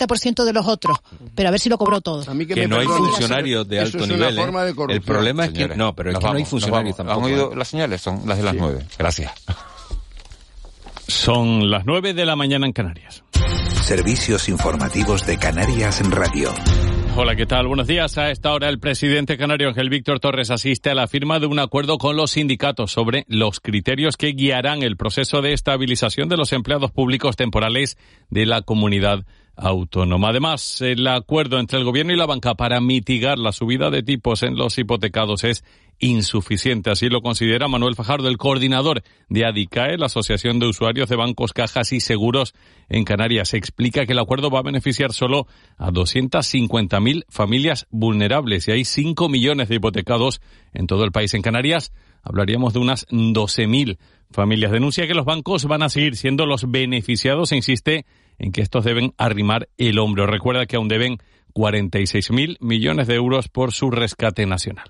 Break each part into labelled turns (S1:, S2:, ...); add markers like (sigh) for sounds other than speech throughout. S1: 90% de los otros, pero a ver si lo cobró todo.
S2: A mí que
S3: que
S2: me
S3: no hay
S2: perdonen.
S3: funcionarios de
S2: Eso
S3: alto
S2: es una
S3: nivel. ¿eh?
S2: forma de
S3: El
S2: corrupción,
S3: problema es que
S4: Señores,
S3: no, pero es
S4: nos
S3: que no hay
S4: vamos, nos
S3: funcionarios
S4: vamos.
S3: tampoco.
S4: ¿Han
S3: ¿eh?
S4: oído las señales? Son las de las nueve. Gracias.
S5: Son las 9 de la mañana en Canarias.
S6: Servicios informativos de Canarias Radio.
S5: Hola, ¿qué tal? Buenos días. A esta hora el presidente canario Ángel Víctor Torres asiste a la firma de un acuerdo con los sindicatos sobre los criterios que guiarán el proceso de estabilización de los empleados públicos temporales de la comunidad autónoma. Además, el acuerdo entre el gobierno y la banca para mitigar la subida de tipos en los hipotecados es insuficiente. Así lo considera Manuel Fajardo, el coordinador de ADICAE, la Asociación de Usuarios de Bancos, Cajas y Seguros en Canarias. Explica que el acuerdo va a beneficiar solo a 250.000 familias vulnerables y hay 5 millones de hipotecados en todo el país. En Canarias hablaríamos de unas 12.000 familias. Denuncia que los bancos van a seguir siendo los beneficiados e insiste en que estos deben arrimar el hombro. Recuerda que aún deben 46.000 millones de euros por su rescate nacional.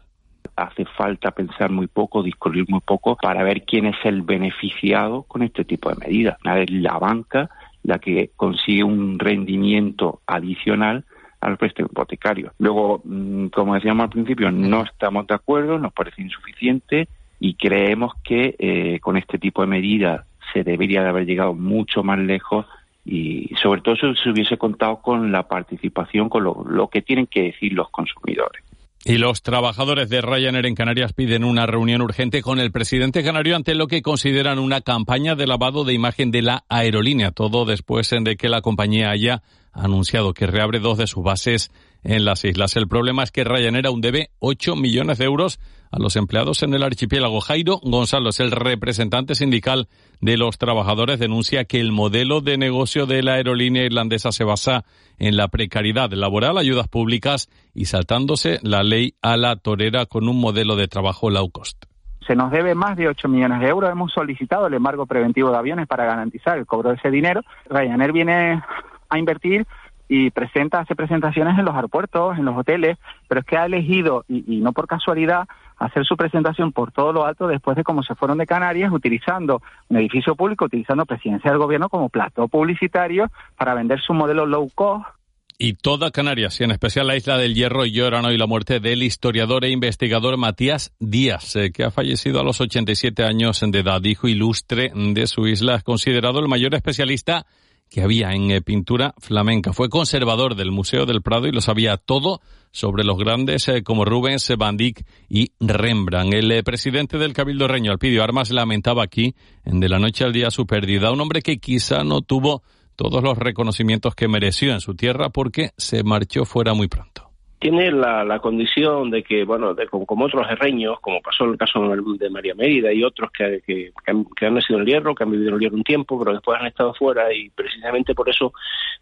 S7: hace falta pensar muy poco, discurrir muy poco para ver quién es el beneficiado con este tipo de medidas. A ver, la banca, la que consigue un rendimiento adicional al préstamo hipotecario. Luego, mm, como decíamos al principio, no estamos de acuerdo, nos parece insuficiente y creemos que eh, con este tipo de medidas se debería de haber llegado mucho más lejos y sobre todo si se hubiese contado con la participación, con lo- lo que tienen que decir los consumidores.
S5: Y los trabajadores de Ryanair en Canarias piden una reunión urgente con el presidente canario ante lo que consideran una campaña de lavado de imagen de la aerolínea, todo después de que la compañía haya anunciado que reabre dos de sus bases en las islas. El problema es que Ryanair aún debe 8 millones de euros a los empleados en el archipiélago. Jairo Gonzalo es el representante sindical de los trabajadores. Denuncia que el modelo de negocio de la aerolínea irlandesa se basa en la precariedad laboral, ayudas públicas y saltándose la ley a la torera con un modelo de trabajo low cost.
S8: Se nos debe más de 8 millones de euros. Hemos solicitado el embargo preventivo de aviones para garantizar el cobro de ese dinero. Ryanair viene a invertir y presenta, hace presentaciones en los aeropuertos, en los hoteles, pero es que ha elegido, y, y no por casualidad, hacer su presentación por todo lo alto después de cómo se fueron de Canarias, utilizando un edificio público, utilizando presidencia del gobierno como plato publicitario para vender su modelo low cost
S5: Y toda Canarias, y en especial la isla del Hierro, lloran hoy la muerte del historiador e investigador Matías Díaz, eh, que ha fallecido a los 87 años de edad. Hijo ilustre de su isla, es considerado el mayor especialista que había en eh, pintura flamenca. Fue conservador del Museo del Prado y lo sabía todo sobre los grandes eh, como Rubens, eh, Van Dyck y Rembrandt. El eh, presidente del Cabildo Reño, Alpidio Armas, lamentaba aquí, en de la noche al día, su pérdida. Un hombre que quizá no tuvo todos los reconocimientos que mereció en su tierra porque se marchó fuera muy pronto.
S9: tiene la, la condición de que, bueno, de- como, como otros herreños, como pasó en el caso de María Mérida y otros que, que- que han, que han nacido en el hierro, que han vivido en el hierro un tiempo, pero después han estado fuera y precisamente por eso,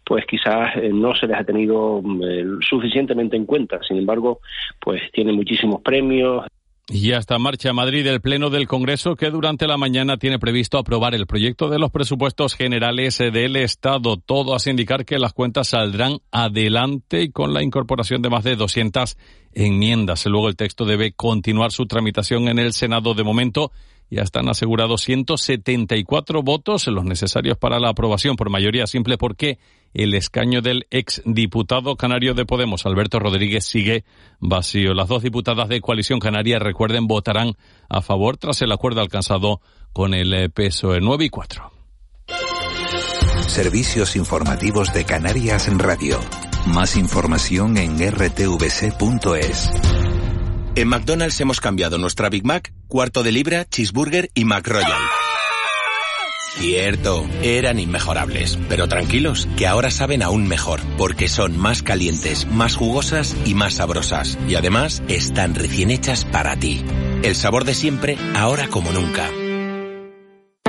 S9: pues quizás eh, no se les ha tenido mm, eh, suficientemente en cuenta. Sin embargo, pues tiene muchísimos premios,
S5: Y hasta marcha a Madrid el Pleno del Congreso que durante la mañana tiene previsto aprobar el proyecto de los presupuestos generales del Estado. Todo hace indicar que las cuentas saldrán adelante y con la incorporación de más de 200 enmiendas. Luego el texto debe continuar su tramitación en el Senado. De momento ya están asegurados 174 votos, los necesarios para la aprobación por mayoría simple porque el escaño del exdiputado canario de Podemos, Alberto Rodríguez, sigue vacío. Las dos diputadas de Coalición Canaria, recuerden, votarán a favor tras el acuerdo alcanzado con el eh, PSOE 9 y 4.
S6: Servicios informativos de Canarias Radio. Más información en rtvc.es.
S10: En McDonald's hemos cambiado nuestra Big Mac, cuarto de libra, cheeseburger y McRoyal. Cierto, eran inmejorables, pero tranquilos, que ahora saben aún mejor, porque son más calientes, más jugosas y más sabrosas, y además están recién hechas para ti. El sabor de siempre, ahora como nunca.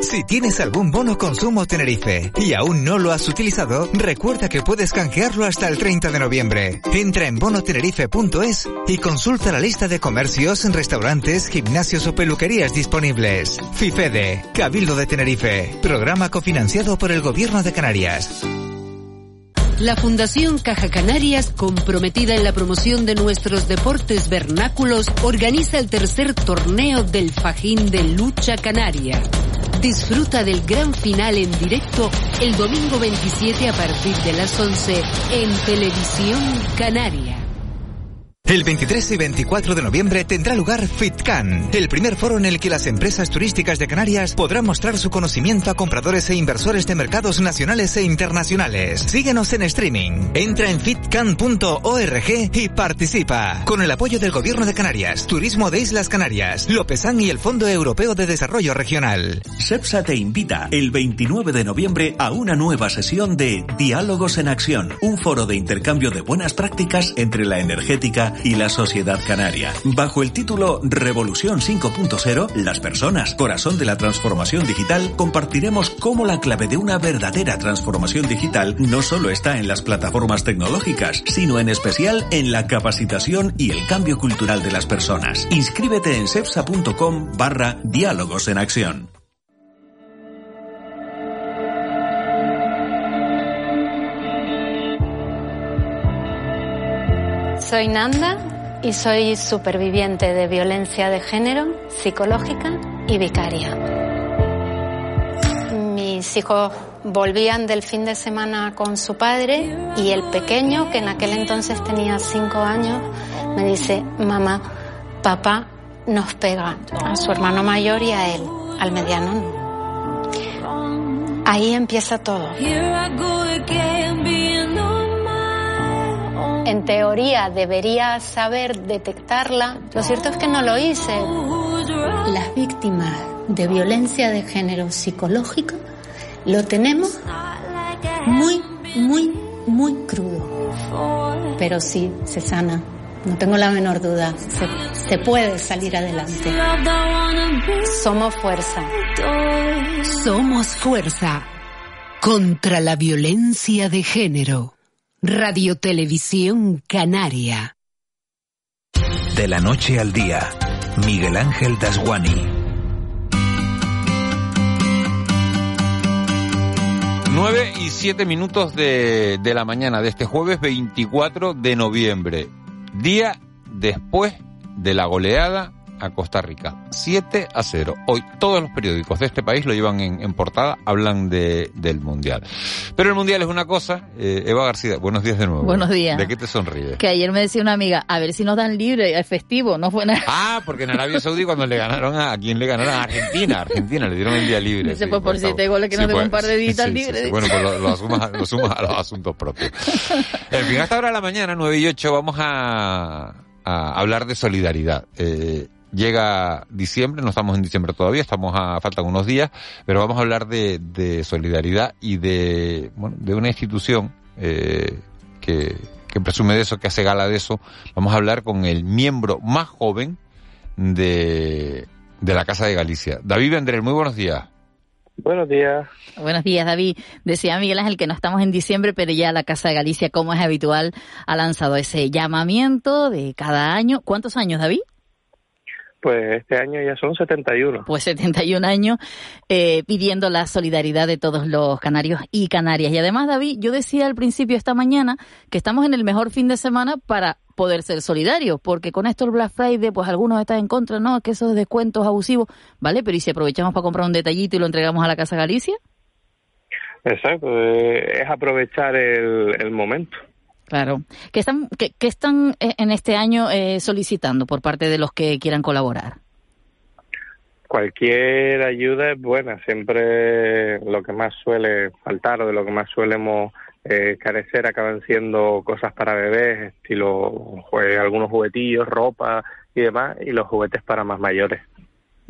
S2: Si tienes algún bono consumo Tenerife y aún no lo has utilizado, recuerda que puedes canjearlo hasta el 30 de noviembre. Entra en bonotenerife.es y consulta la lista de comercios, restaurantes, gimnasios o peluquerías disponibles. FIFEDE, Cabildo de Tenerife, programa cofinanciado por el Gobierno de Canarias.
S3: La Fundación Caja Canarias, comprometida en la promoción de nuestros deportes vernáculos, organiza el tercer torneo del Fajín de Lucha Canaria. Disfruta del gran final en directo el domingo 27 a partir de las 11 en Televisión Canaria.
S2: El 23 y 24 de noviembre tendrá lugar FitCan, el primer foro en el que las empresas turísticas de Canarias podrán mostrar su conocimiento a compradores e inversores de mercados nacionales e internacionales. Síguenos en streaming. Entra en fitcan.org y participa. Con el apoyo del Gobierno de Canarias, Turismo de Islas Canarias, Lopezán y el Fondo Europeo de Desarrollo Regional.
S11: SEPSA te invita el 29 de noviembre a una nueva sesión de Diálogos en Acción, un foro de intercambio de buenas prácticas entre la energética y la sociedad canaria. Bajo el título Revolución 5.0, las personas, corazón de la transformación digital, compartiremos cómo la clave de una verdadera transformación digital no solo está en las plataformas tecnológicas, sino en especial en la capacitación y el cambio cultural de las personas. Inscríbete en sepsa.com barra diálogos en acción.
S12: Soy Nanda y soy superviviente de violencia de género, psicológica y vicaria. Mis hijos volvían del fin de semana con su padre y el pequeño, que en aquel entonces tenía cinco años, me dice, mamá, papá nos pega a su hermano mayor y a él, al mediano no". Ahí empieza todo. En teoría debería saber detectarla. Lo cierto es que no lo hice.
S13: Las víctimas de violencia de género psicológica lo tenemos muy, muy, muy crudo. Pero sí, se sana. No tengo la menor duda. Se, se puede salir adelante.
S12: Somos fuerza.
S3: Somos fuerza contra la violencia de género. Radio Televisión Canaria.
S6: De la noche al día, Miguel Ángel Dasguani.
S4: 9 y 7 minutos de, de la mañana de este jueves 24 de noviembre, día después de la goleada a Costa Rica. 7 a 0. Hoy todos los periódicos de este país lo llevan en, en portada, hablan de, del Mundial. Pero el Mundial es una cosa. Eh, Eva García, buenos días de nuevo.
S14: Buenos días.
S4: ¿De qué te sonríes?
S14: Que ayer me decía una amiga, a ver si nos dan libre el festivo, no fue nada.
S4: Ah, porque en Arabia Saudí cuando le ganaron a, ¿a quién le ganaron? A Argentina, Argentina, le dieron el día libre.
S14: Dice, sí, pues por siete goles que sí, no tengo un par de días sí, libre.
S4: Bueno, pues lo, lo, asumas a, lo, sumas a los asuntos propios. En fin, hasta ahora de la mañana, 9 y 8, vamos a, a hablar de solidaridad. Eh, llega diciembre, no estamos en diciembre todavía, estamos a faltan unos días, pero vamos a hablar de, de solidaridad y de, bueno, de una institución eh, que, que, presume de eso, que hace gala de eso. Vamos a hablar con el miembro más joven de, de la Casa de Galicia. David Vendrell, muy buenos días.
S15: Buenos días.
S14: Buenos días, David. Decía Miguel Ángel que no estamos en diciembre, pero ya la Casa de Galicia, como es habitual, ha lanzado ese llamamiento de cada año. ¿Cuántos años, David?
S15: pues este año ya son 71.
S14: Pues 71 años eh, pidiendo la solidaridad de todos los canarios y canarias. Y además, David, yo decía al principio esta mañana que estamos en el mejor fin de semana para poder ser solidarios, porque con esto el Black Friday, pues algunos están en contra, ¿no? Que esos descuentos abusivos, ¿vale? Pero ¿y si aprovechamos para comprar un detallito y lo entregamos a la Casa Galicia?
S15: Exacto, eh, es aprovechar el, el momento.
S14: Claro. ¿Qué están, qué, qué están en este año eh, solicitando por parte de los que quieran colaborar?
S15: Cualquier ayuda es buena. Siempre lo que más suele faltar o de lo que más suelemos eh, carecer acaban siendo cosas para bebés, estilo pues, algunos juguetillos, ropa y demás, y los juguetes para más mayores.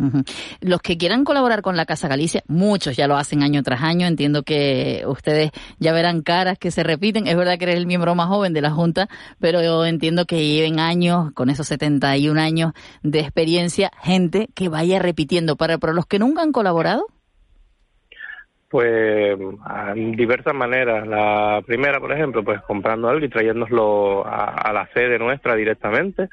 S14: Uh -huh. Los que quieran colaborar con la Casa Galicia, muchos ya lo hacen año tras año. Entiendo que ustedes ya verán caras que se repiten. Es verdad que eres el miembro más joven de la Junta, pero yo entiendo que lleven años, con esos 71 años de experiencia, gente que vaya repitiendo. Para, para los que nunca han colaborado,
S15: Pues en diversas maneras. La primera, por ejemplo, pues comprando algo y trayéndoslo a, a la sede nuestra directamente.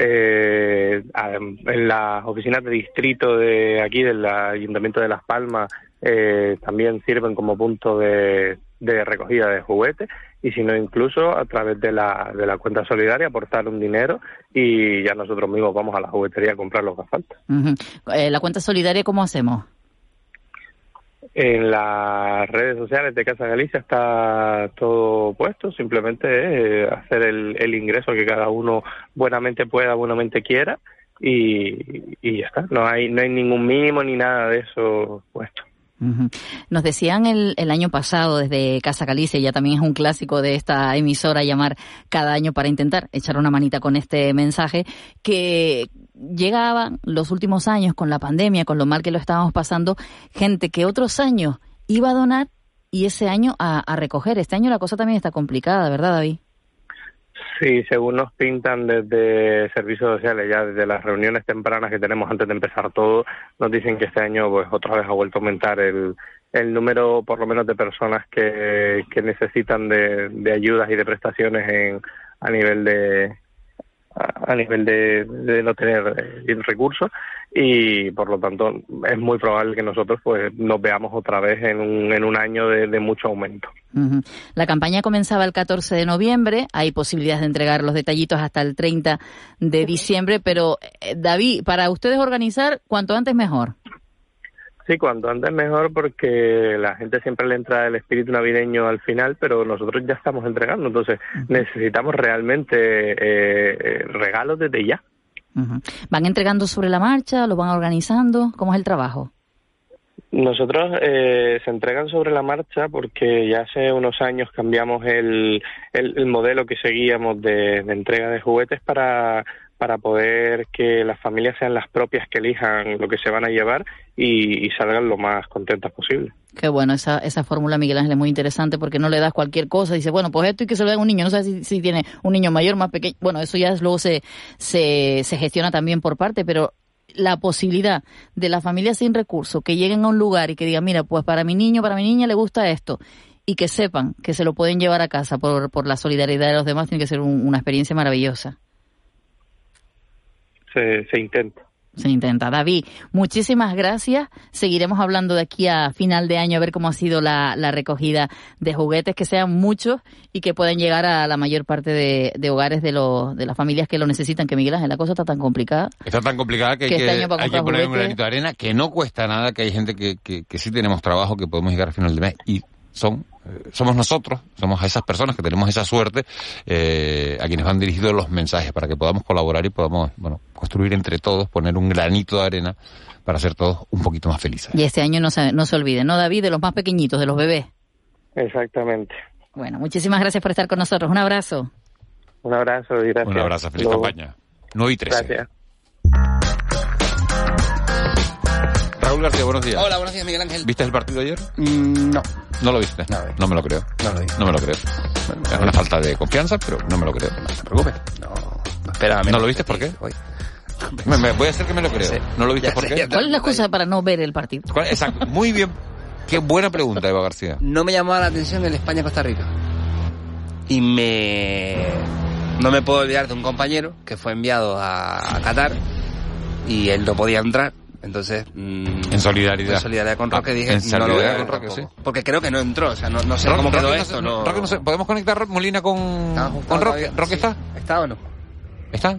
S15: Eh, a- en las oficinas de distrito de aquí, del Ayuntamiento de Las Palmas, eh, también sirven como punto de, de recogida de juguetes y sino incluso a través de la, de la cuenta solidaria aportar un dinero y ya nosotros mismos vamos a la juguetería a comprar lo que hace falta.
S14: Ujú. Eh, la cuenta solidaria, ¿cómo hacemos?
S15: En las redes sociales de Casa Galicia está todo puesto, simplemente es eh, hacer el, el ingreso que cada uno buenamente pueda, buenamente quiera y, y ya está. No hay, no hay ningún mínimo ni nada de eso pues. puesto.
S14: Ujú. Nos decían el, el año pasado desde Casa Calicia, ya también es un clásico de esta emisora llamar cada año para intentar echar una manita con este mensaje, que llegaban los últimos años con la pandemia, con lo mal que lo estábamos pasando, gente que otros años iba a donar y ese año a, a recoger. Este año la cosa también está complicada, ¿verdad, David?
S15: Sí, según nos pintan desde servicios sociales, ya desde las reuniones tempranas que tenemos antes de empezar todo, nos dicen que este año pues otra vez ha vuelto a aumentar el, el número por lo menos de personas que, que necesitan de, de ayudas y de prestaciones en, a nivel de a a nivel de, de no tener eh, recursos y por lo tanto es muy probable que nosotros pues nos veamos otra vez en un, en un año de- de mucho aumento.
S14: Ujú. La campaña comenzaba el 14 de noviembre, hay posibilidades de entregar los detallitos hasta el 30 de diciembre, pero eh, David, para ustedes organizar, cuanto antes mejor.
S15: Sí, cuanto antes mejor porque la gente siempre le entra el espíritu navideño al final, pero nosotros ya estamos entregando, entonces necesitamos realmente eh, eh, regalos desde ya.
S14: Ujú. ¿Van entregando sobre la marcha? ¿Lo van organizando? ¿Cómo es el trabajo?
S15: Nosotros eh, se entregan sobre la marcha porque ya hace unos años cambiamos el, el, el modelo que seguíamos de, de entrega de juguetes para, para poder que las familias sean las propias que elijan lo que se van a llevar y- y salgan lo más contentas posible.
S14: Qué bueno, esa, esa fórmula, Miguel Ángel, es muy interesante porque no le das cualquier cosa. Dice, bueno, pues esto y que se lo den a un niño. No sé si, si tiene un niño mayor, más pequeño. Bueno, eso ya es- luego se, se, se gestiona también por parte, pero la posibilidad de las familias sin recursos que lleguen a un lugar y que digan, mira, pues para mi niño, para mi niña le gusta esto y que sepan que se lo pueden llevar a casa por, por la solidaridad de los demás, tiene que ser un- una experiencia maravillosa.
S15: Se, se intenta.
S14: Se intenta. David, muchísimas gracias. Seguiremos hablando de aquí a final de año a ver cómo ha sido la, la recogida de juguetes, que sean muchos y que puedan llegar a la mayor parte de, de hogares de, los de las familias que lo necesitan. Que Miguel Ángel, la cosa está tan complicada.
S4: Está tan complicada que, hay
S14: Que este
S4: que-
S14: año para
S4: hay que
S14: comprar
S4: poner un
S14: juguetes.
S4: granito de arena, que no cuesta nada, que hay gente que, que, que sí tenemos trabajo, que podemos llegar a final de mes y son eh, somos nosotros, somos esas personas que tenemos esa suerte, eh, a quienes van dirigidos los mensajes para que podamos colaborar y podamos bueno, construir entre todos, poner un granito de arena para ser todos un poquito más felices.
S14: Y este año no se, no se olviden, ¿no, David? De los más pequeñitos, de los bebés.
S15: Exactamente.
S14: Bueno, muchísimas gracias por estar con nosotros. Un abrazo.
S15: Un abrazo y gracias.
S4: Un abrazo, feliz
S15: Luego.
S4: campaña. 9 y 13.
S15: Gracias.
S4: Raúl García, buenos días.
S16: Hola, buenos días, Miguel Ángel.
S4: ¿Viste el partido ayer?
S16: No.
S4: No lo viste. No, me lo creo. No, me lo creo. Es una falta de confianza, pero no me lo creo. No te preocupes. No, ¿No lo viste por qué? Me, me- voy a hacer que me lo creo. ¿No lo viste por qué?
S14: ¿Cuál es la excusa para no ver el partido?
S4: ¿Cuál- Exacto. Muy bien. Qué buena pregunta, Eva García.
S16: No me llamaba la atención el España-Costa Rica. Y me. No me puedo olvidar de un compañero que fue enviado a, a Qatar y él no podía entrar. Entonces. mm,
S4: En solidaridad.
S16: En solidaridad con Roque dije.
S4: en
S16: no lo voy a
S4: solidaridad
S16: ver
S4: con Roque,
S16: tampoco. Porque creo que no entró. O sea, no, no sé
S4: Roque-
S16: cómo quedó
S4: Roque no
S16: esto.
S4: se-
S16: No,
S4: Roque no se- ¿Podemos conectar Molina con,
S16: Ah,
S4: con Roque? ¿Roque está?
S16: ¿Está o no?
S4: ¿Está?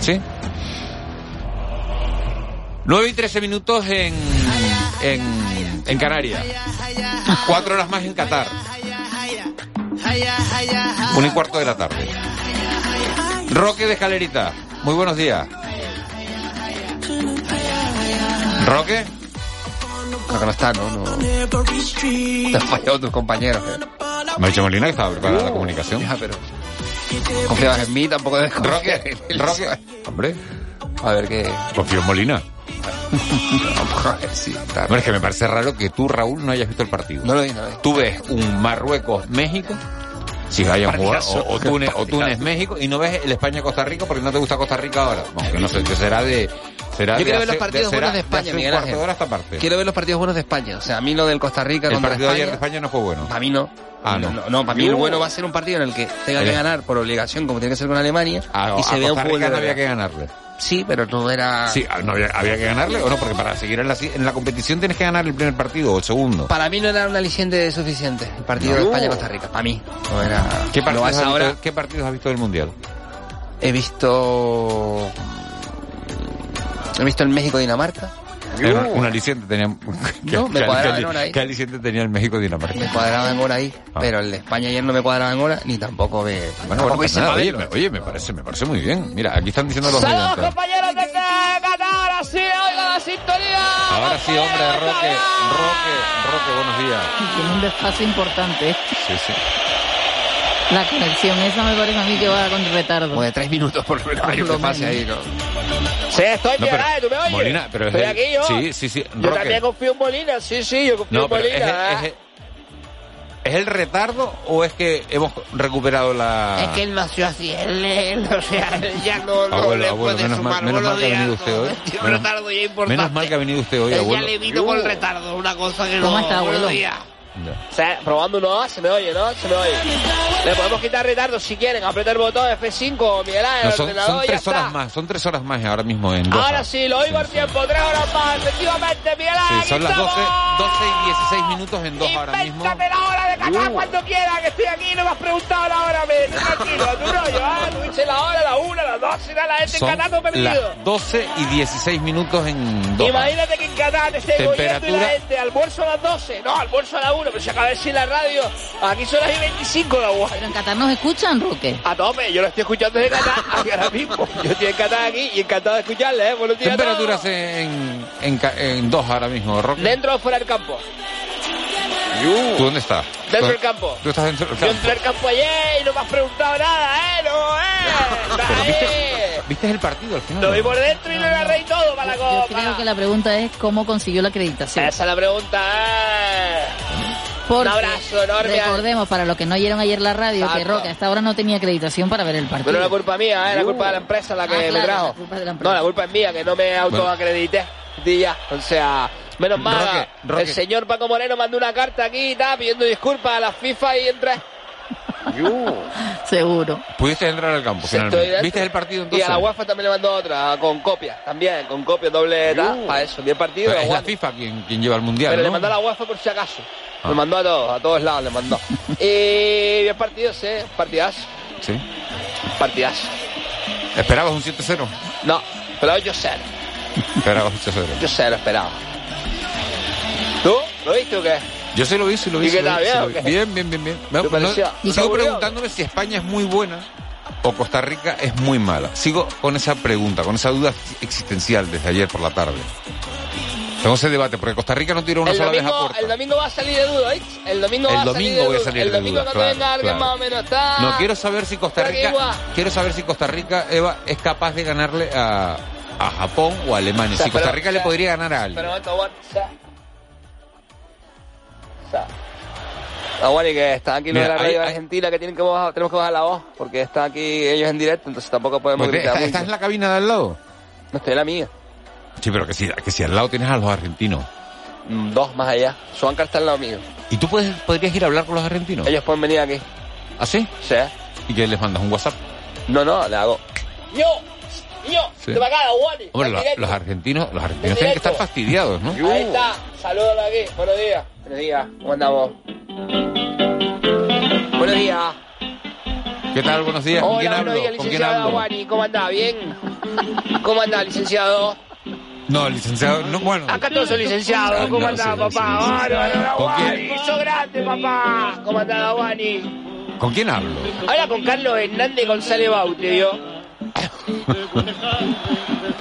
S4: ¿Sí? 9 y 13 minutos en, en, en Canarias. Cuatro horas más en Qatar. Una y cuarto de la tarde. Roque de Escalerita. Muy buenos días. ¿Roque?
S16: Roque no está, no, no. Te han fallado tus compañeros. eh.
S4: Me ha dicho Molina que estaba preparada la comunicación.
S16: Ya, pero. Confiabas en mí, tampoco debes confiar en él.
S4: Hombre.
S16: A ver qué.
S4: Confío en Molina.
S16: A ver si está.
S4: Hombre, es que me parece raro que tú, Raúl, no hayas visto el partido.
S16: No lo vi, no lo vi.
S4: Tú ves un Marruecos-México, si vayan a jugar,
S16: Partidazo.
S4: o, o Túnez- o Túnez-México, y no ves el España-Costa Rica porque no te gusta Costa Rica ahora. Bueno, que no sé, que será de, Será
S16: Yo
S4: de
S16: quiero ver los
S4: hace-
S16: partidos
S4: será
S16: buenos de
S4: de
S16: España,
S4: hace un
S16: Miguel
S4: cuarto
S16: Ángel.
S4: de hora a esta parte.
S16: Quiero ver los partidos buenos de España. O sea, a mí lo del Costa Rica
S4: El
S16: contra
S4: partido de ayer de
S16: España.
S4: España no fue bueno.
S16: Para mí no.
S4: Ah,
S16: no,
S4: no.
S16: no, no, para mí el
S4: Yo-
S16: bueno va a ser un partido en el que tenga que
S4: Eh.
S16: ganar por obligación, como tiene que ser con Alemania,
S4: Ah, A,
S16: y se
S4: a
S16: vea un
S4: Costa
S16: fútbol
S4: Rica
S16: de
S4: no había
S16: verdad.
S4: que ganarle.
S16: Sí, pero no era...
S4: Sí, ah, no había, había que ganarle o no, porque para seguir en la, en la competición tienes que ganar el primer partido o el segundo.
S16: Para mí no era un aliciente suficiente el partido de
S4: No.
S16: España-Costa Rica. Para mí. No era...
S4: ¿Qué
S16: lo
S4: partidos,
S16: vas
S4: has visto-
S16: ahora-
S4: ¿Qué partidos has visto del Mundial?
S16: He visto... mm, He visto el México-Dinamarca.
S4: Era un aliciente tenía... (laughs) que-
S16: No, me
S4: que-
S16: cuadraba
S4: que-
S16: en hora ahí.
S4: que aliciente tenía el México-Dinamarca?
S16: Me cuadraba en hora ahí,
S4: Ah.
S16: pero el de España ayer no me cuadraba en hora, ni tampoco me...
S4: Bueno, bueno,
S16: tampoco
S4: pues
S16: hice
S4: nada,
S16: mal.
S4: oye, me, oye, me parece, me parece muy bien. Mira, aquí están diciendo los
S17: Saludos
S4: oyentes.
S17: compañeros desde Qatar, así oiga la sintonía.
S4: Ahora sí, hombre, Roque, Roque, Roque, buenos días.
S14: Tiene un desfase importante.
S4: Sí, sí.
S14: La conexión esa me parece a mí que va con retardo.
S16: Como de tres minutos por lo menos hay un desfase ahí, ¿no?
S17: Sí, estoy
S4: No, pero-
S17: Miguel, ¿tú me oyes?
S4: Molina, pero es
S17: estoy
S4: el-
S17: aquí yo.
S4: Sí, sí, sí,
S17: Yo
S4: Roque.
S17: también confío en Molina, sí, sí, yo confío
S4: No,
S17: en
S4: pero es,
S17: Molina.
S4: el- es el- ¿es el retardo o es que hemos recuperado la...
S17: Es que él nació así, él, él, o sea, él ya no, no
S4: Abuelo,
S17: le
S4: abuelo,
S17: puede
S4: menos mal,
S17: sumar
S4: menos
S17: buenos
S4: mal que ha
S17: días.
S4: venido usted hoy.
S17: Tiene un
S4: Menos-
S17: retardo ya importante.
S4: Menos mal que ha venido usted hoy,
S17: Él ya
S4: abuelo.
S17: le evito con el retardo, una cosa que no...
S14: ¿Cómo está, abuelo?
S17: buenos días. O sea, probando no, se me oye, ¿no? Se me oye. Le podemos quitar retardo si quieren, apretar el botón F5, Miguel Ángel,
S4: No,
S17: el
S4: son,
S17: ordenador,
S4: son
S17: ya
S4: tres
S17: está.
S4: horas más, son tres horas más ahora mismo en Doha.
S17: Ahora sí, lo oigo al tiempo, tres horas más, efectivamente, Miguel
S4: Sí,
S17: Ángel.
S4: son las 12,
S17: estamos.
S4: 12 y 16 minutos en Doha ahora mismo.
S17: Dame la hora de Qatar
S4: Uh.
S17: cuando quieras, que estoy aquí, no me has preguntado la hora, me tú tranquilo, a tu rollo, ah, tú dices la hora, la una, la dos, y nada, la gente en
S4: Son
S17: Qatar no perdido.
S4: las 12 y 16 minutos en Doha.
S17: Imagínate que en Qatar te esté oyendo este y la
S4: Temperatura.
S17: gente, almuerzo a las 12, no, almuerzo a la una, pero se acaba de decir la radio, aquí son las y 25 de la UAS.
S14: Pero en Qatar nos escuchan, Roque.
S17: A tope, yo lo estoy escuchando desde (laughs) Qatar ahora mismo. Yo estoy en Qatar aquí y encantado de escucharle, ¿eh? Buenos días a todos.
S4: Temperaturas en, en, ca- en Doha ahora mismo, Roque.
S17: Dentro o fuera del campo.
S4: ¿Tú dónde estás?
S17: Dentro
S4: ¿Tú-
S17: del campo.
S4: Tú estás dentro del
S17: Yo
S4: campo.
S17: entré al campo ayer y no me has preguntado nada, ¿eh?
S14: (laughs)
S17: No, ¿eh? Nada, ¿eh?
S4: ¿Viste el partido al final?
S17: Lo vi por dentro y lo narré y todo para la
S14: Yo
S17: copa.
S14: creo que la pregunta es cómo consiguió la acreditación.
S17: Esa es la pregunta, ¿eh?
S14: Porque,
S17: Un abrazo enorme.
S14: Recordemos, para los que no oyeron ayer la radio, que
S17: Exacto.
S14: Roque hasta ahora no tenía acreditación para ver el partido.
S17: Pero no la culpa mía, ¿eh? La culpa de la empresa la que
S14: Ah,
S17: me
S14: claro,
S17: trajo.
S14: la culpa de la
S17: no, la culpa es mía, que no me autoacredité. Y ya, o sea... Menos mal,
S4: Roque, Roque.
S17: el señor Paco Moreno mandó una carta aquí y tal, pidiendo disculpas a la FIFA y entré.
S14: Seguro.
S4: Pudiste entrar al campo
S17: Estoy
S4: finalmente.
S17: dentro.
S4: ¿Viste el partido
S17: Y
S4: entonces?
S17: a la UEFA también le mandó otra, con copia, también, con copia doble tal, para eso, bien partido.
S4: Pero
S17: la
S4: es la
S17: UEFA.
S4: FIFA quien, quien lleva el mundial.
S17: Pero
S4: ¿no?
S17: le
S4: Ah.
S17: mandó a la UEFA por si acaso. Le mandó a todos, a todos lados
S4: (laughs)
S17: le mandó. y bien partido, sí, partidazo,
S4: Sí.
S17: partidazo.
S4: ¿Esperabas un 7-0?
S17: No, pero yo cero,
S4: Esperabas un 7-0.
S17: yo cero esperaba. ¿Tú? ¿Lo viste o qué?
S4: Yo sí lo vi, sí lo vi.
S17: ¿Y
S4: sí
S17: qué
S4: lo
S17: tal,
S4: vi, sí
S17: bien
S4: lo
S17: o
S4: vi.
S17: qué?
S4: Bien, bien, bien, bien.
S17: ¿Qué
S4: No-
S17: pareció?
S4: no- sigo
S17: ¿Aburrido?
S4: preguntándome si España es muy buena o Costa Rica es muy mala. Sigo con esa pregunta, con esa duda existencial desde ayer por la tarde. Tengo ese debate, porque Costa Rica no tiró una
S17: el,
S4: sola vez a
S17: domingo,
S4: puerta.
S17: el domingo va a salir de duda, ¿eh? El domingo
S4: El
S17: va a salir
S4: domingo
S17: de
S4: voy a
S17: duda.
S4: salir
S17: el
S4: de
S17: domingo
S4: duda,
S17: no
S4: claro,
S17: tenga alguien
S4: claro.
S17: más o menos está.
S4: No, quiero saber si Costa
S17: Creo que
S4: Rica.
S17: igual.
S4: Quiero saber si Costa Rica, Eva, es capaz de ganarle a, a Japón o a Alemania.
S17: O sea,
S4: si Costa
S17: pero-
S4: Rica le podría ganar a alguien.
S17: Pero esto, bueno, o sea. O sea. No, bueno, y que están aquí los de
S4: Mira,
S17: la
S4: hay-
S17: radio
S4: hay-
S17: argentina que tienen que bajar, tenemos que bajar la voz, porque están aquí ellos en directo, entonces tampoco podemos
S4: Pues,
S17: gritar.
S4: ¿Estás estás en la cabina de al lado?
S17: No estoy en la mía.
S4: Sí, pero que si, que si al lado tienes a los argentinos.
S17: Mm, Dos más allá. Suanca está al lado mío.
S4: ¿Y tú puedes, podrías ir a hablar con los argentinos?
S17: Ellos pueden venir aquí.
S4: ¿Ah, sí?
S17: Sí. ¿eh?
S4: ¿Y que les mandas un WhatsApp?
S17: No, no, le hago. Yo, yo,
S4: Sí.
S17: te va acá, Wally.
S4: Hombre,
S17: en
S4: lo-
S17: directo.
S4: los argentinos, los
S17: En
S4: argentinos tienen que
S17: directo.
S4: estar fastidiados, ¿no?
S17: Ahí está, saludos aquí, buenos días. Buenos días, ¿cómo andamos? Buenos días.
S4: ¿Qué tal? Buenos días. ¿Con quién
S17: Hola,
S4: hablo?
S17: buenos días,
S4: ¿Con quién
S17: licenciado
S4: hablo?
S17: Guani, ¿cómo anda? ¿Bien? ¿Cómo anda, licenciado?
S4: No, licenciado, no, bueno.
S17: Acá todos son licenciados, ¿cómo
S4: Ah, no,
S17: anda,
S4: sí, sí,
S17: papá?
S4: sí, sí.
S17: ¡Bárbaro,
S4: ¿Con
S17: Guani! ¡Sos grande, papá! ¿Cómo anda, Guani?
S4: ¿Con quién hablo?
S17: Habla con Carlos Hernández González Baute, ¿vio?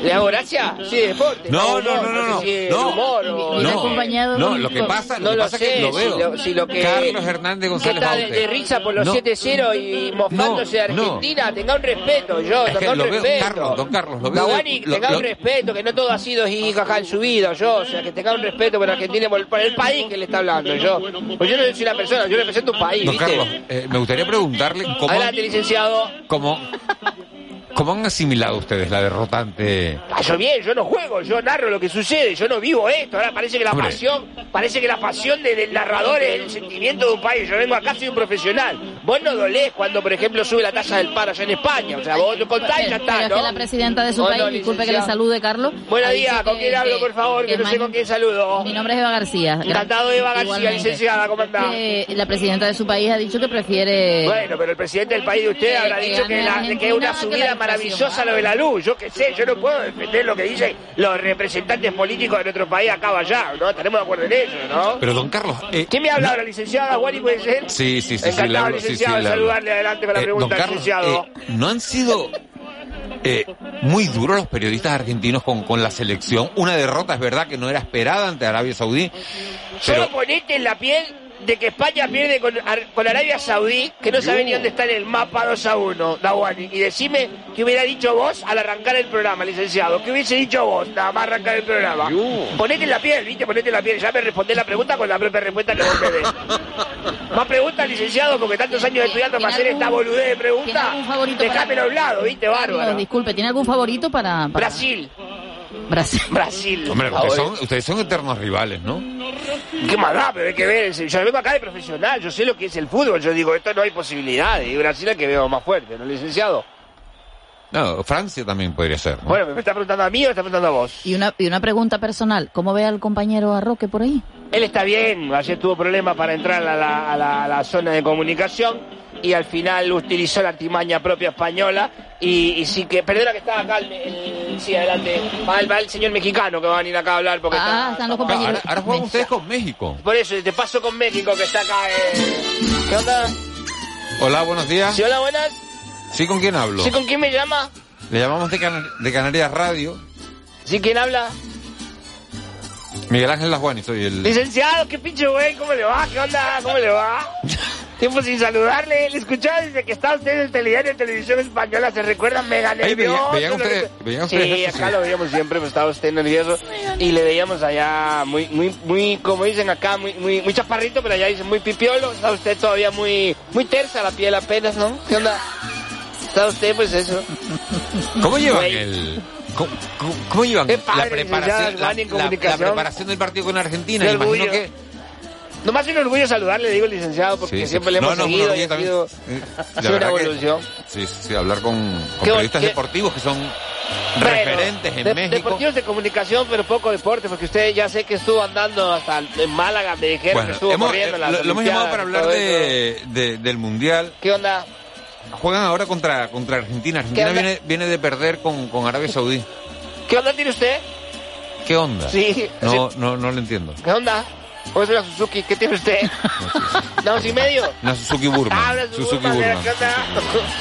S17: ¿Le hago gracia? Sí, deporte.
S4: No,
S17: humor,
S4: no, no, no,
S17: sé
S4: no.
S17: si es
S4: No.
S17: humor o-
S4: No, no, lo que pasa, lo
S17: No
S4: que pasa es
S17: sé,
S4: que lo veo.
S17: Si lo, si lo que,
S4: Carlos Hernández González
S17: que está de,
S4: Baute.
S17: de risa por los
S4: No.
S17: 7-0 y mofándose de
S4: no.
S17: Argentina, tenga un respeto, yo,
S4: Es
S17: tenga
S4: que
S17: un
S4: lo veo,
S17: respeto.
S4: Carlos, don Carlos, lo veo. de-
S17: Nahuani,
S4: lo-
S17: tenga
S4: lo-
S17: un respeto, que no todo ha sido jijaja en su vida, yo, o sea, que tenga un respeto por Argentina, y por el, por el país que le está hablando, yo. Pues yo no soy una persona, yo represento un país,
S4: Don
S17: ¿viste?
S4: Carlos, eh, me gustaría preguntarle cómo,
S17: Adelante, licenciado.
S4: cómo, ¿Cómo han asimilado ustedes la derrotante?
S17: Ah, yo bien, yo no juego, yo narro lo que sucede, yo no vivo esto. Ahora parece que la
S4: Hombre.
S17: pasión, parece que la pasión de- del narrador es el sentimiento de un país. Yo vengo acá, soy un profesional. Vos no dolés cuando, por ejemplo, sube la tasa del paro allá en España. O sea, vos lo contás y ya
S14: Pero
S17: está,
S14: es que la
S17: ¿no?
S14: presidenta de su
S17: Bueno,
S14: país, disculpe que le
S17: licenciado.
S14: salude, Carlos.
S17: Buenos
S14: ha
S17: días,
S14: dicho
S17: ¿con
S14: que-
S17: quién hablo, por favor? Que no sé
S14: man-
S17: con quién saludo.
S14: Mi nombre es Eva García. Gracias.
S17: Encantado, Eva García,
S14: Igualmente.
S17: licenciada, ¿cómo anda?
S14: Que la presidenta de su país ha dicho que prefiere...
S17: Bueno, pero el presidente del país de usted habrá
S14: Eh, Que
S17: dicho que,
S14: gane
S17: la-
S14: Argentina,
S17: que es una
S14: que la
S17: subida
S14: inflación
S17: maravillosa
S14: baja.
S17: lo de la luz. Yo qué sé, yo no puedo defender lo que dicen los representantes políticos de nuestro país acá o allá, ¿no? Tenemos de acuerdo en ello, ¿no?
S4: Pero don Carlos, eh,
S17: ¿Quién me habla ahora, licenciada? ¿Wally puede ser?
S4: Sí, sí, sí, sí, le
S17: Encantado,
S4: hablo, sí, sí,
S17: licenciado, de
S4: le hablo.
S17: saludarle adelante con la
S4: Eh,
S17: pregunta,
S4: don Carlos,
S17: licenciado.
S4: eh, ¿no han sido eh, muy duros los periodistas argentinos con, con la selección? Una derrota es verdad que no era esperada ante Arabia Saudí, pero
S17: Solo ponete en la piel de que España pierde con, Ar- con Arabia Saudí, que no sabe ni dónde está en el mapa 2 a 1, Dawani. Y decime qué hubiera dicho vos al arrancar el programa, licenciado. ¿Qué hubiese dicho vos nada más arrancar el programa? Ponete en la piel, viste, ponete en la piel. Ya me respondés la pregunta con la propia respuesta que vos me des. Más preguntas, licenciado, porque tantos años estudiando para hacer esta boludez de
S14: ¿Tiene
S17: preguntas.
S14: algún favorito para-
S17: Dejámelo a un lado, viste,
S14: Carlos,
S17: bárbaro.
S14: disculpe, ¿tiene algún favorito para...? para-
S17: Brasil.
S14: Brasil.
S17: Brasil.
S4: hombre,
S17: Ahora-
S4: ustedes son, ustedes son eternos rivales, ¿no?
S17: Ah, Qué más da, pero hay que ver. Yo vengo acá de profesional, yo sé lo que es el fútbol. Yo digo, esto no hay posibilidades. Y Brasil es el que veo más fuerte, ¿no, licenciado?
S4: No, Francia también podría ser. ¿no?
S17: Bueno, ¿me está preguntando a mí o me está preguntando a vos?
S14: Y una, y una pregunta personal, ¿cómo ve al compañero Arroque por ahí?
S17: Él está bien, ayer tuvo problemas para entrar a la, a la- a la zona de comunicación y al final utilizó la artimaña propia española y, y sí que... Perdona que estaba acá, el, el- sí, adelante. Va el, va el señor mexicano que va a venir acá a hablar porque está...
S14: están los
S4: Ah, Ahora, ahora juegan
S14: (laughs)
S4: ustedes con México.
S17: Por eso, te paso con México que está acá. eh. ¿Qué onda?
S4: Hola, buenos días.
S17: Sí, hola, buenas.
S4: ¿Sí con quién hablo?
S17: ¿Sí con quién me llama?
S4: Le llamamos de, Cana- de Canarias Radio.
S17: ¿Sí quién habla?
S4: Miguel Ángel Lajuani, soy el...
S17: Licenciado, qué pinche güey, ¿cómo le va? ¿Qué onda? ¿Cómo le va? Tiempo sin saludarle. Le escuchaba desde que estaba usted en el telediario de televisión española. ¿Se recuerdan? Me gané.
S4: Ahí veía-
S17: No,
S4: veían
S17: no lo
S4: ustedes-
S17: recuerdo.
S4: veían ustedes
S17: Sí,
S4: eso,
S17: acá
S4: sí.
S17: lo veíamos siempre, pero estaba usted nervioso. Y le veíamos allá muy, muy, muy, como dicen acá, muy, muy, muy chaparrito, pero allá dicen muy pipiolo. Está usted todavía muy, muy tersa la piel apenas, ¿no? ¿Qué onda? Está usted, pues eso.
S4: ¿Cómo llevan
S17: Güey.
S4: el... ¿Cómo, cómo- cómo llevan
S17: Qué padre,
S4: la preparación,
S17: licenciado,
S4: la,
S17: van en
S4: la
S17: comunicación.
S4: preparación del partido con Argentina?
S17: Qué
S4: Imagino
S17: orgullo.
S4: que...
S17: Nomás un orgullo saludarle, digo, licenciado, porque
S4: Sí, sí.
S17: siempre le hemos
S4: No, no, un
S17: seguido y
S4: orgullo
S17: ha
S4: también. Eh,
S17: sido-
S4: La
S17: ha sido una
S4: verdad que-
S17: evolución.
S4: Sí, sí, sí, hablar con, con
S17: Qué-
S4: periodistas
S17: qué-
S4: deportivos que son
S17: Bueno,
S4: referentes en
S17: de-
S4: México.
S17: Deportivos de comunicación, pero poco deporte, porque usted ya sé que estuvo andando hasta en Málaga, me dijeron que
S4: Bueno,
S17: estuvo
S4: hemos-
S17: corriendo
S4: eh,
S17: las
S4: lo, lo hemos llamado
S17: Olimpiadas,
S4: para hablar
S17: todo
S4: de, de- del Mundial.
S17: ¿Qué onda?
S4: Juegan ahora contra, contra Argentina. Argentina
S17: onda?
S4: viene, viene de perder con, con Arabia Saudí.
S17: eso. (laughs) ¿Qué onda tiene usted?
S4: ¿Qué onda?
S17: Sí,
S4: No, no, no lo entiendo.
S17: ¿Qué onda? ¿Cómo es una Suzuki? ¿Qué tiene usted? (laughs) ¿Dos y medio?
S4: Una Suzuki Burman.
S17: Ah, una
S4: Suzuki
S17: Burman,
S4: Burman.
S17: ¿Qué onda? (laughs)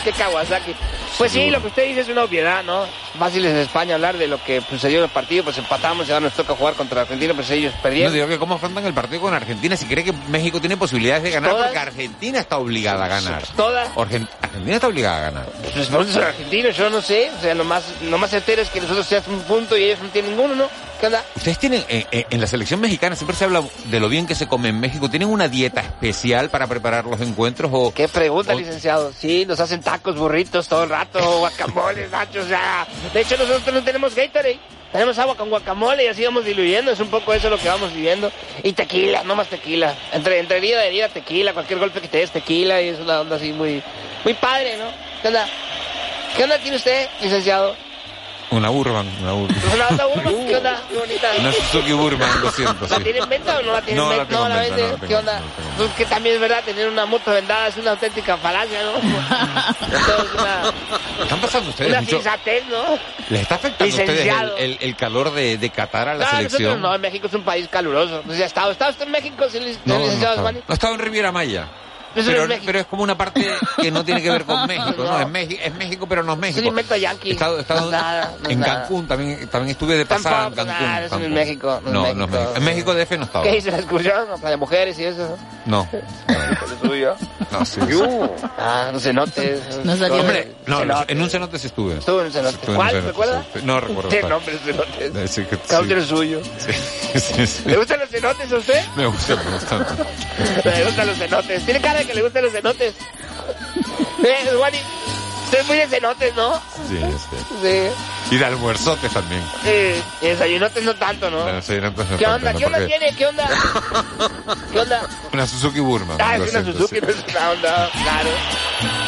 S17: ¿Qué Kawasaki? Pues sí, lo que usted dice es una obviedad, ¿no? Fácil es en España hablar de lo que sucedió en el partido, pues empatamos y ahora nos toca jugar contra Argentina, pues ellos
S4: No
S17: perdieron.
S4: digo que cómo afrontan el partido con Argentina si cree que México tiene posibilidades de ganar
S17: Todas.
S4: porque Argentina está obligada a ganar.
S17: Todas.
S4: Argen- Argentina está obligada a ganar.
S17: Pues nosotros somos argentinos, yo no sé. O sea, lo más, lo más certero es que nosotros seamos un punto y ellos no tienen ninguno, ¿no? ¿Qué onda?
S4: Ustedes tienen, eh, eh, en la selección mexicana siempre se habla de lo bien que se come en México. ¿Tienen una dieta especial para preparar los encuentros o...?
S17: ¿Qué pregunta, licenciado? Sí, nos hacen tacos, burritos todo el rato,
S4: (laughs)
S17: guacamoles, nachos, o sea... De hecho, nosotros no tenemos Gatorade. Tenemos agua con guacamole y así vamos diluyendo. Es un poco eso lo que vamos viviendo. Y tequila, no más tequila. Entre, entre herida de herida, tequila. Cualquier golpe que te des, tequila. Y es una onda así muy... Muy padre, ¿no? ¿Qué onda? ¿Qué onda tiene usted, licenciado?
S4: Una Burman, una Burman.
S17: ¿Una onda Burman? ¿Qué onda? Qué bonita.
S4: Una Suzuki Burman, lo siento,
S17: ¿La
S4: sí.
S17: tiene en venta o no la tiene
S4: No,
S17: en
S4: la
S17: venta?
S4: tengo en venta,
S17: vende.
S4: no la tengo,
S17: ¿Qué
S4: no
S17: onda?
S4: la
S17: Pues que también es verdad, tener una moto vendada es una auténtica falacia,
S4: (laughs)
S17: ¿no? Esto es una,
S4: ¿Están pasando ustedes
S17: una
S4: mucho?
S17: sensatez, ¿no?
S4: ¿Les está afectando a ustedes
S17: Licenciado.
S4: el, el- el calor de, de Qatar a la
S17: no, nosotros
S4: selección?
S17: no, en México es un país caluroso. Pues ya está, ¿está usted en México, señor lic-
S4: No, no,
S17: licenciado
S4: estaba.
S17: Giovanni?
S4: No estaba en Riviera Maya.
S17: Eso no
S4: Pero,
S17: es México.
S4: pero es como una parte que no tiene que ver
S17: (laughs)
S4: con México. No,
S17: No.
S4: es, México, es México, pero no es México.
S17: un invento yanqui.
S4: He estado- he estado
S17: No es nada, no es
S4: en
S17: nada.
S4: Cancún, también, también estuve de pasada en
S17: Tampoco,
S4: Cancún.
S17: nada, eso no es
S4: Cancún.
S17: México, no es
S4: No, no
S17: México.
S4: En México DF no estaba.
S17: ¿Qué hizo la excursión? O sea, de mujeres y eso.
S4: No.
S17: tuyo?
S4: No, sí.
S17: Uh, ah, no cenotes.
S4: (laughs) No
S17: Todo-
S4: Hombre, no,
S17: cenotes.
S4: en un cenote sí estuve.
S17: Estuvo en un cenote.
S4: Estuve en un
S17: ¿Cuál?
S4: cenote,
S17: ¿Recuerda?
S4: sí. No recuerdo.
S17: Tiene
S4: cuál.
S17: nombre de cenotes.
S4: Eh, sí que-
S17: Cada uno
S4: sí.
S17: tiene el suyo.
S4: (laughs) Sí, sí, sí.
S17: ¿Le gustan los cenotes a usted?
S4: Me gusta, me gusta. (laughs)
S17: Le gustan los cenotes. Tiene cara de que le gustan los cenotes. Eh, Juani, Soy muy de cenotes, ¿no?
S4: Sí, sí.
S17: Sí.
S4: Y de almuerzotes también.
S17: Sí. Y desayunotes no tanto, ¿no?
S4: Bueno, sí, no, entonces no
S17: Ah. ¿Qué
S4: tanto,
S17: onda?
S4: ¿no?
S17: ¿Qué onda
S4: Porque
S17: tiene?
S4: (laughs)
S17: ¿Qué onda? ¿Qué onda?
S4: Una Suzuki Burma.
S17: Ah,
S4: lo
S17: es una
S4: siento,
S17: Suzuki,
S4: sí.
S17: no es una onda. Claro.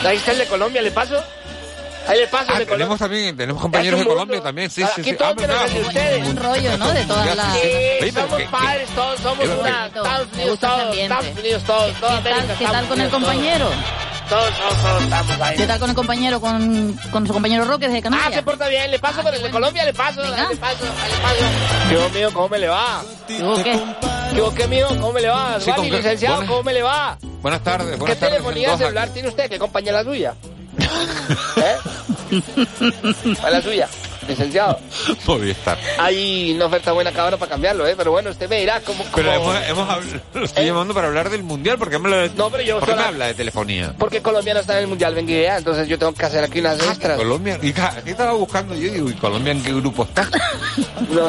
S17: Ahí está el de Colombia, ¿le paso? Ahí le paso el de Colombia.
S4: Ah, Tenemos también, tenemos compañeros de
S17: mundo.
S4: Colombia también, sí,
S17: Ah,
S4: sí,
S17: aquí
S4: sí.
S17: todos
S4: Ah, verdad.
S17: tienen el de ustedes.
S14: Un rollo, ¿no? De todas las...
S17: Sí,
S4: Oye, pero
S17: somos
S4: que- que-
S17: padres todos, somos
S4: Pero
S17: una.
S14: que-
S17: Estados
S14: me
S17: Unidos
S14: gusta ese
S17: todos,
S14: ambiente.
S17: Estados Unidos todos, toda
S14: ¿Qué tal,
S17: América,
S14: qué tal
S17: Estados
S14: con el
S17: Unidos, todos.
S14: compañero?
S17: Todos, todos, todos estamos ahí.
S14: ¿Qué tal con el compañero, con, con su compañero Roque desde Canarias?
S17: Ah, se porta bien, le paso con el de Colombia, le paso, le paso, le paso. Dios mío, ¿cómo me le va?
S14: ¿Digo qué?
S17: Digo qué mío, ¿cómo me le va?
S4: Sí,
S17: Vale,
S4: con-
S17: licenciado,
S4: buenas-
S17: ¿cómo me le va?
S4: Buenas tardes,
S17: ¿Qué
S4: buenas tardes.
S17: telefonía
S4: Mendoza.
S17: celular tiene usted? ¿Qué compañía la suya? (laughs) ¿Eh? ¿Cuál es la suya? Licenciado.
S4: (laughs) Movistar.
S17: Hay una oferta buena cada hora para cambiarlo, ¿eh? Pero bueno, usted me dirá cómo... cómo-
S4: Pero hemos, hemos habl- lo
S17: Eh.
S4: estoy llamando para hablar del mundial porque me lo- ¿por qué me
S17: solo-
S4: habla de telefonía. Ah,
S17: Porque Colombia no está en el Mundial, venga idea, entonces yo tengo que hacer aquí unas extras.
S4: Colombia, y ca- aquí estaba buscando yo digo, ¿y Colombia en qué grupo está?
S17: No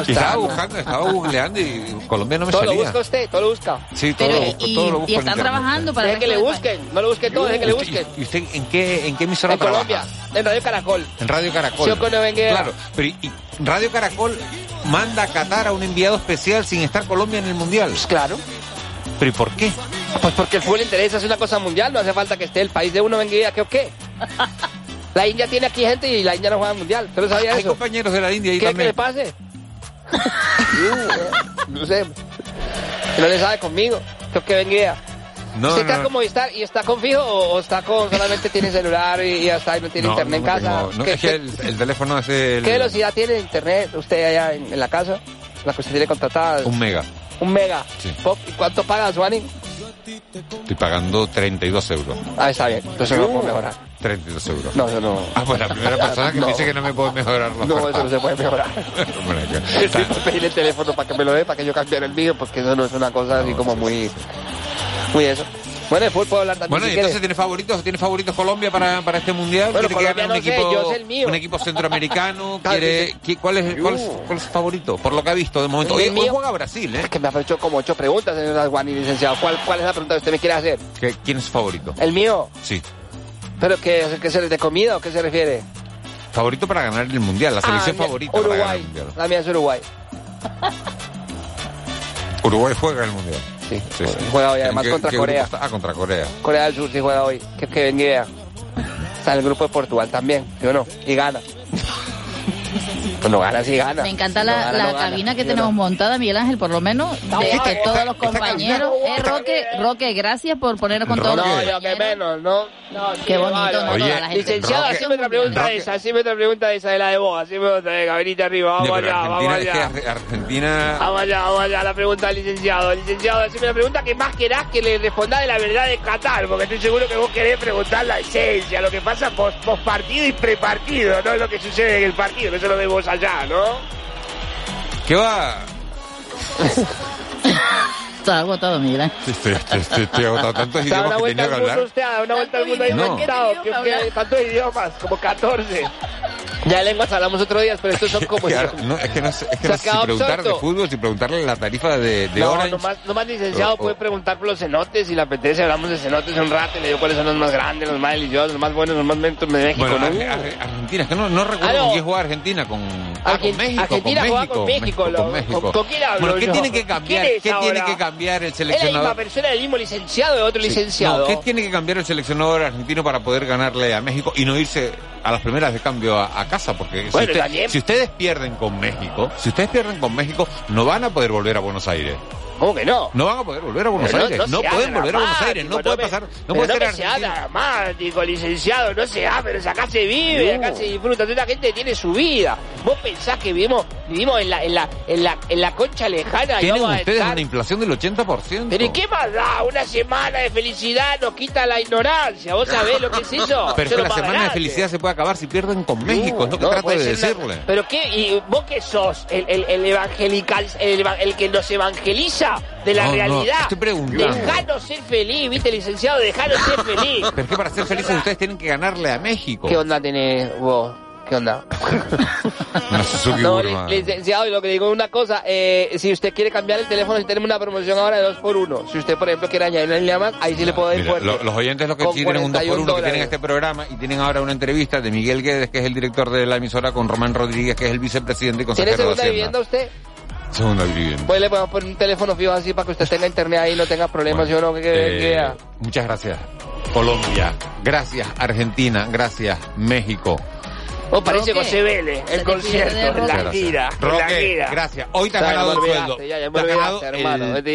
S4: y estaba
S17: está, no.
S4: buscando, estaba googleando y Colombia no me
S17: todo lo
S4: salía.
S17: busca usted, todo lo busca.
S4: Sí, todo Pero, lo busco, y- todo lo busco y en está internet. trabajando
S14: para
S17: Deje que le busquen, no lo busquen todo, deje que le
S4: ¿Y usted-
S17: busquen.
S4: ¿Y usted en qué, en qué emisora
S17: En
S4: trabaja?
S17: Colombia, en Radio Caracol.
S4: En Radio Caracol.
S17: Yo con Novenguera.
S4: claro, pero y- y Radio Caracol manda a Qatar a un enviado especial sin estar Colombia en el mundial.
S17: claro.
S4: ¿Pero y por qué?
S17: Pues porque el fútbol le interesa, es una cosa mundial, no hace falta que esté el país de uno, venga idea, ¿qué
S14: (laughs)
S17: o qué? La India tiene aquí gente y la India no juega al mundial. ¿Usted no sabía
S4: Hay
S17: eso?
S4: compañeros de la India ahí
S17: ¿Qué que
S4: también.
S17: le (laughs) pase? Uh, no sé. No le sabe conmigo. Creo que venga idea.
S4: No, no,
S17: ¿Usted está
S4: no.
S17: como Movistar y está con fijo o, o está con solamente tiene celular y, y hasta ahí no tiene
S4: No,
S17: internet
S4: no
S17: en casa?
S4: tengo- no,
S17: ¿Qué,
S4: es que el, el teléfono es el-
S17: (laughs) qué velocidad tiene internet usted allá en, en la casa? La que usted tiene contratada.
S4: un mega.
S17: Un mega.
S4: Sí.
S17: Pop, ¿Y cuánto pagas, Juanín?
S4: Estoy pagando 32 euros.
S17: Ah, está bien. Entonces no lo puedo mejorar.
S4: 32 euros.
S17: No, eso no.
S4: Ah, pues la primera persona que
S17: (laughs) No.
S4: me dice que no me puedo mejorar los
S17: No, eso no
S4: (laughs)
S17: se puede mejorar. Necesito pedirle el teléfono para que me lo dé, para que yo cambiara el mío, porque eso no es una cosa así como muy... Muy eso. Bueno, después puedo hablar también
S4: Bueno,
S17: si
S4: y
S17: quiere.
S4: entonces tiene favoritos, tiene favoritos Colombia para, para este mundial.
S17: Bueno,
S4: ¿Quiere
S17: Colombia
S4: gane
S17: no sé, yo sé el mío.
S4: un equipo
S17: (laughs)
S4: centroamericano,
S17: Ah,
S4: quiere
S17: dice-
S4: qui- cuál es cuál es, cuál es su favorito por lo que ha visto de momento. Hoy,
S17: Uh. El
S4: hoy
S17: mío-
S4: juega Brasil, ¿eh?
S17: Es que me ha hecho como ocho preguntas, señor Juan y licenciado. ¿Cuál, ¿Cuál es la pregunta que usted me quiere hacer?
S4: ¿Qué- ¿Quién es su favorito?
S17: ¿El mío?
S4: Sí.
S17: ¿Pero qué, qué se de comida o qué se refiere?
S4: Favorito para ganar el mundial, la selección
S17: Ah,
S4: favorita para ganar el
S17: Uruguay.
S4: mundial.
S17: La mía es Uruguay.
S4: Uruguay juega el mundial.
S17: Sí.
S4: sí,
S17: Juega hoy,
S4: ¿En
S17: además,
S4: qué-
S17: contra
S4: qué grupo
S17: Corea.
S4: está? Ah, contra Corea.
S17: Corea del Sur sí juega hoy. Que, que venga idea. Está en el grupo de Portugal también, ¿sí o no? Y gana. (laughs) pues no gana, sí gana.
S14: Me encanta
S17: No
S14: la,
S17: gana,
S14: la
S17: no gana,
S14: cabina que
S17: ¿sí o
S14: tenemos
S17: no?
S14: montada, Miguel Ángel, por lo menos, de, de
S17: Esta-
S14: todos
S17: esta-
S14: los
S17: esta cabina-
S14: compañeros. Eh, Roque, Roque, gracias por ponernos con todos los
S17: No,
S14: compañeros.
S17: yo que menos, ¿no? no sí,
S14: Qué bonito,
S17: vale,
S14: ¿no?
S17: vale.
S14: Toda la gente.
S17: Licenciado,
S14: Roque-
S17: haceme otra pregunta de esa, haceme otra pregunta de esa de la de vos, haceme otra de cabinita arriba,
S4: Ya,
S17: vamos
S4: pero
S17: allá, vamos
S4: Argentina, es que
S17: allá.
S4: Ar- Argentina
S17: Vamos allá, vamos allá, la pregunta del licenciado. Licenciado, haceme la pregunta que más querás que le responda de la verdad de Qatar, porque estoy seguro que vos querés preguntar la esencia, lo que pasa pos, partido y prepartido, no lo que sucede en el partido, que eso lo vemos allá, ¿no?
S4: ¿Qué va?
S14: Está agotado, Miguel Ángel.
S4: Estoy, estoy, estoy, estoy agotado. Tantos
S17: Da
S4: idiomas
S17: una
S4: que
S17: vuelta
S4: tenía que
S17: al mundo
S4: hablar.
S17: usted, da una vuelta al mundo ahí
S4: idioma
S17: no.
S4: que
S17: inventado, que, que, tantos idiomas, como 14. Ya lenguas hablamos otro día, pero estos
S4: (laughs)
S17: son como...
S4: Que ahora- no, es que no sé, es que
S17: Se
S4: no sé si
S17: acaba
S4: preguntar de
S17: absorto.
S4: fútbol, si preguntarle la tarifa de, de
S17: no,
S4: Orange. Oh,
S17: nomás, nomás licenciado
S4: O- o-
S17: puede preguntar por los cenotes, si le apetece, hablamos de cenotes un rato y le digo cuáles son los más grandes, los más deliciosos, los más buenos, los más mentos de México,
S4: Bueno,
S17: ¿no?
S4: Ar- Ar- Argentina, es que no, no recuerdo
S17: Ah, no.
S4: con quién jugaba Argentina, con, ah, con
S17: Argen-
S4: México,
S17: Argentina
S4: con
S17: juega
S4: México,
S17: con México, lo-
S4: con México.
S17: ¿con- con quién hablo
S4: Bueno, ¿qué
S17: yo?
S4: tiene que
S17: ¿Quién
S4: cambiar?
S17: es
S4: ¿Qué tiene
S17: ahora?
S4: que cambiar el
S17: Es la misma
S4: seleccionador?
S17: persona, el mismo licenciado de otro
S4: Sí.
S17: licenciado.
S4: No, ¿qué tiene que cambiar el seleccionador argentino para poder ganarle a México y no irse a las primeras de cambio a, a casa? Porque
S17: Bueno,
S4: si, usted-
S17: también.
S4: si ustedes pierden con México, si ustedes pierden con México, no van a poder volver a Buenos Aires.
S17: ¿Cómo que no?
S4: No van a poder volver a Buenos
S17: Pero
S4: Aires. No,
S17: se
S4: pueden
S17: haga
S4: volver a Buenos Aires. No
S17: dramático,
S4: puede
S17: me-
S4: pasar. No
S17: pero
S4: puede ser
S17: me se haga
S4: Argentina.
S17: dramático, licenciado, no se haga, pero acá se vive,
S4: No.
S17: acá se disfruta, entonces la gente tiene su vida. Vos pensás que vivimos, vivimos en la, en la, en la, en la concha lejana y
S4: Tienen
S17: vamos a
S4: ustedes
S17: estar-
S4: una inflación del 80%.
S17: Pero ¿y qué más da? Una semana de felicidad nos quita la ignorancia. ¿Vos sabés lo que es eso?
S4: Pero es
S17: Eso
S4: que
S17: es
S4: la
S17: lo más
S4: semana de
S17: grande.
S4: felicidad se puede acabar si pierden con México, es lo que
S17: No,
S4: trato
S17: puede
S4: de
S17: ser una-
S4: decirle.
S17: ¿Pero qué? ¿Y vos qué sos? ¿El, el, el evangelical, el, eva- el que nos evangeliza de la
S4: No, no,
S17: realidad?
S4: estoy preguntando.
S17: Dejanos ser feliz, viste, licenciado, dejanos ser feliz. (laughs)
S4: Pero es que para ser felices ustedes tienen que ganarle a México.
S17: ¿Qué onda tenés vos?
S18: ¿Qué onda?
S4: Una Suzuki
S17: No,
S4: Burma.
S17: li- licenciado, y lo que le digo es una cosa, eh, si usted quiere cambiar el teléfono, si tenemos una promoción ahora de 2x1, si usted, por ejemplo, quiere añadir una línea más, ahí sí le puedo dar
S4: Ah, Mira,
S17: fuerte.
S4: lo- los oyentes lo que
S17: Con
S4: sí tienen un 2 por 1
S17: 41
S4: que tienen
S17: dólares.
S4: este programa y tienen ahora una entrevista de Miguel Guedes, que es el director de la emisora, con Román Rodríguez, que es el vicepresidente y consejero
S17: ¿Tiene
S4: de
S17: segunda
S4: Hacienda.
S17: vivienda usted?
S4: Segunda vivienda.
S17: Pues le podemos poner un teléfono fijo así para que usted tenga internet ahí y no tenga problemas, yo no, que, que-
S4: Eh,
S17: que vea.
S4: muchas gracias. Colombia. Gracias, Argentina. Gracias, México.
S15: O parece
S17: Roque,
S15: José Vélez,
S17: se
S15: el
S17: te
S15: concierto,
S17: pierde,
S15: la
S4: Roque.
S15: gira,
S4: Roque,
S15: la gira.
S4: gracias. Hoy te has
S15: Ya me
S4: ganado el
S15: olvidaste,
S4: sueldo.
S15: ya, ya me
S4: Te has
S15: olvidaste,
S4: ganado el
S15: hermano, buen día.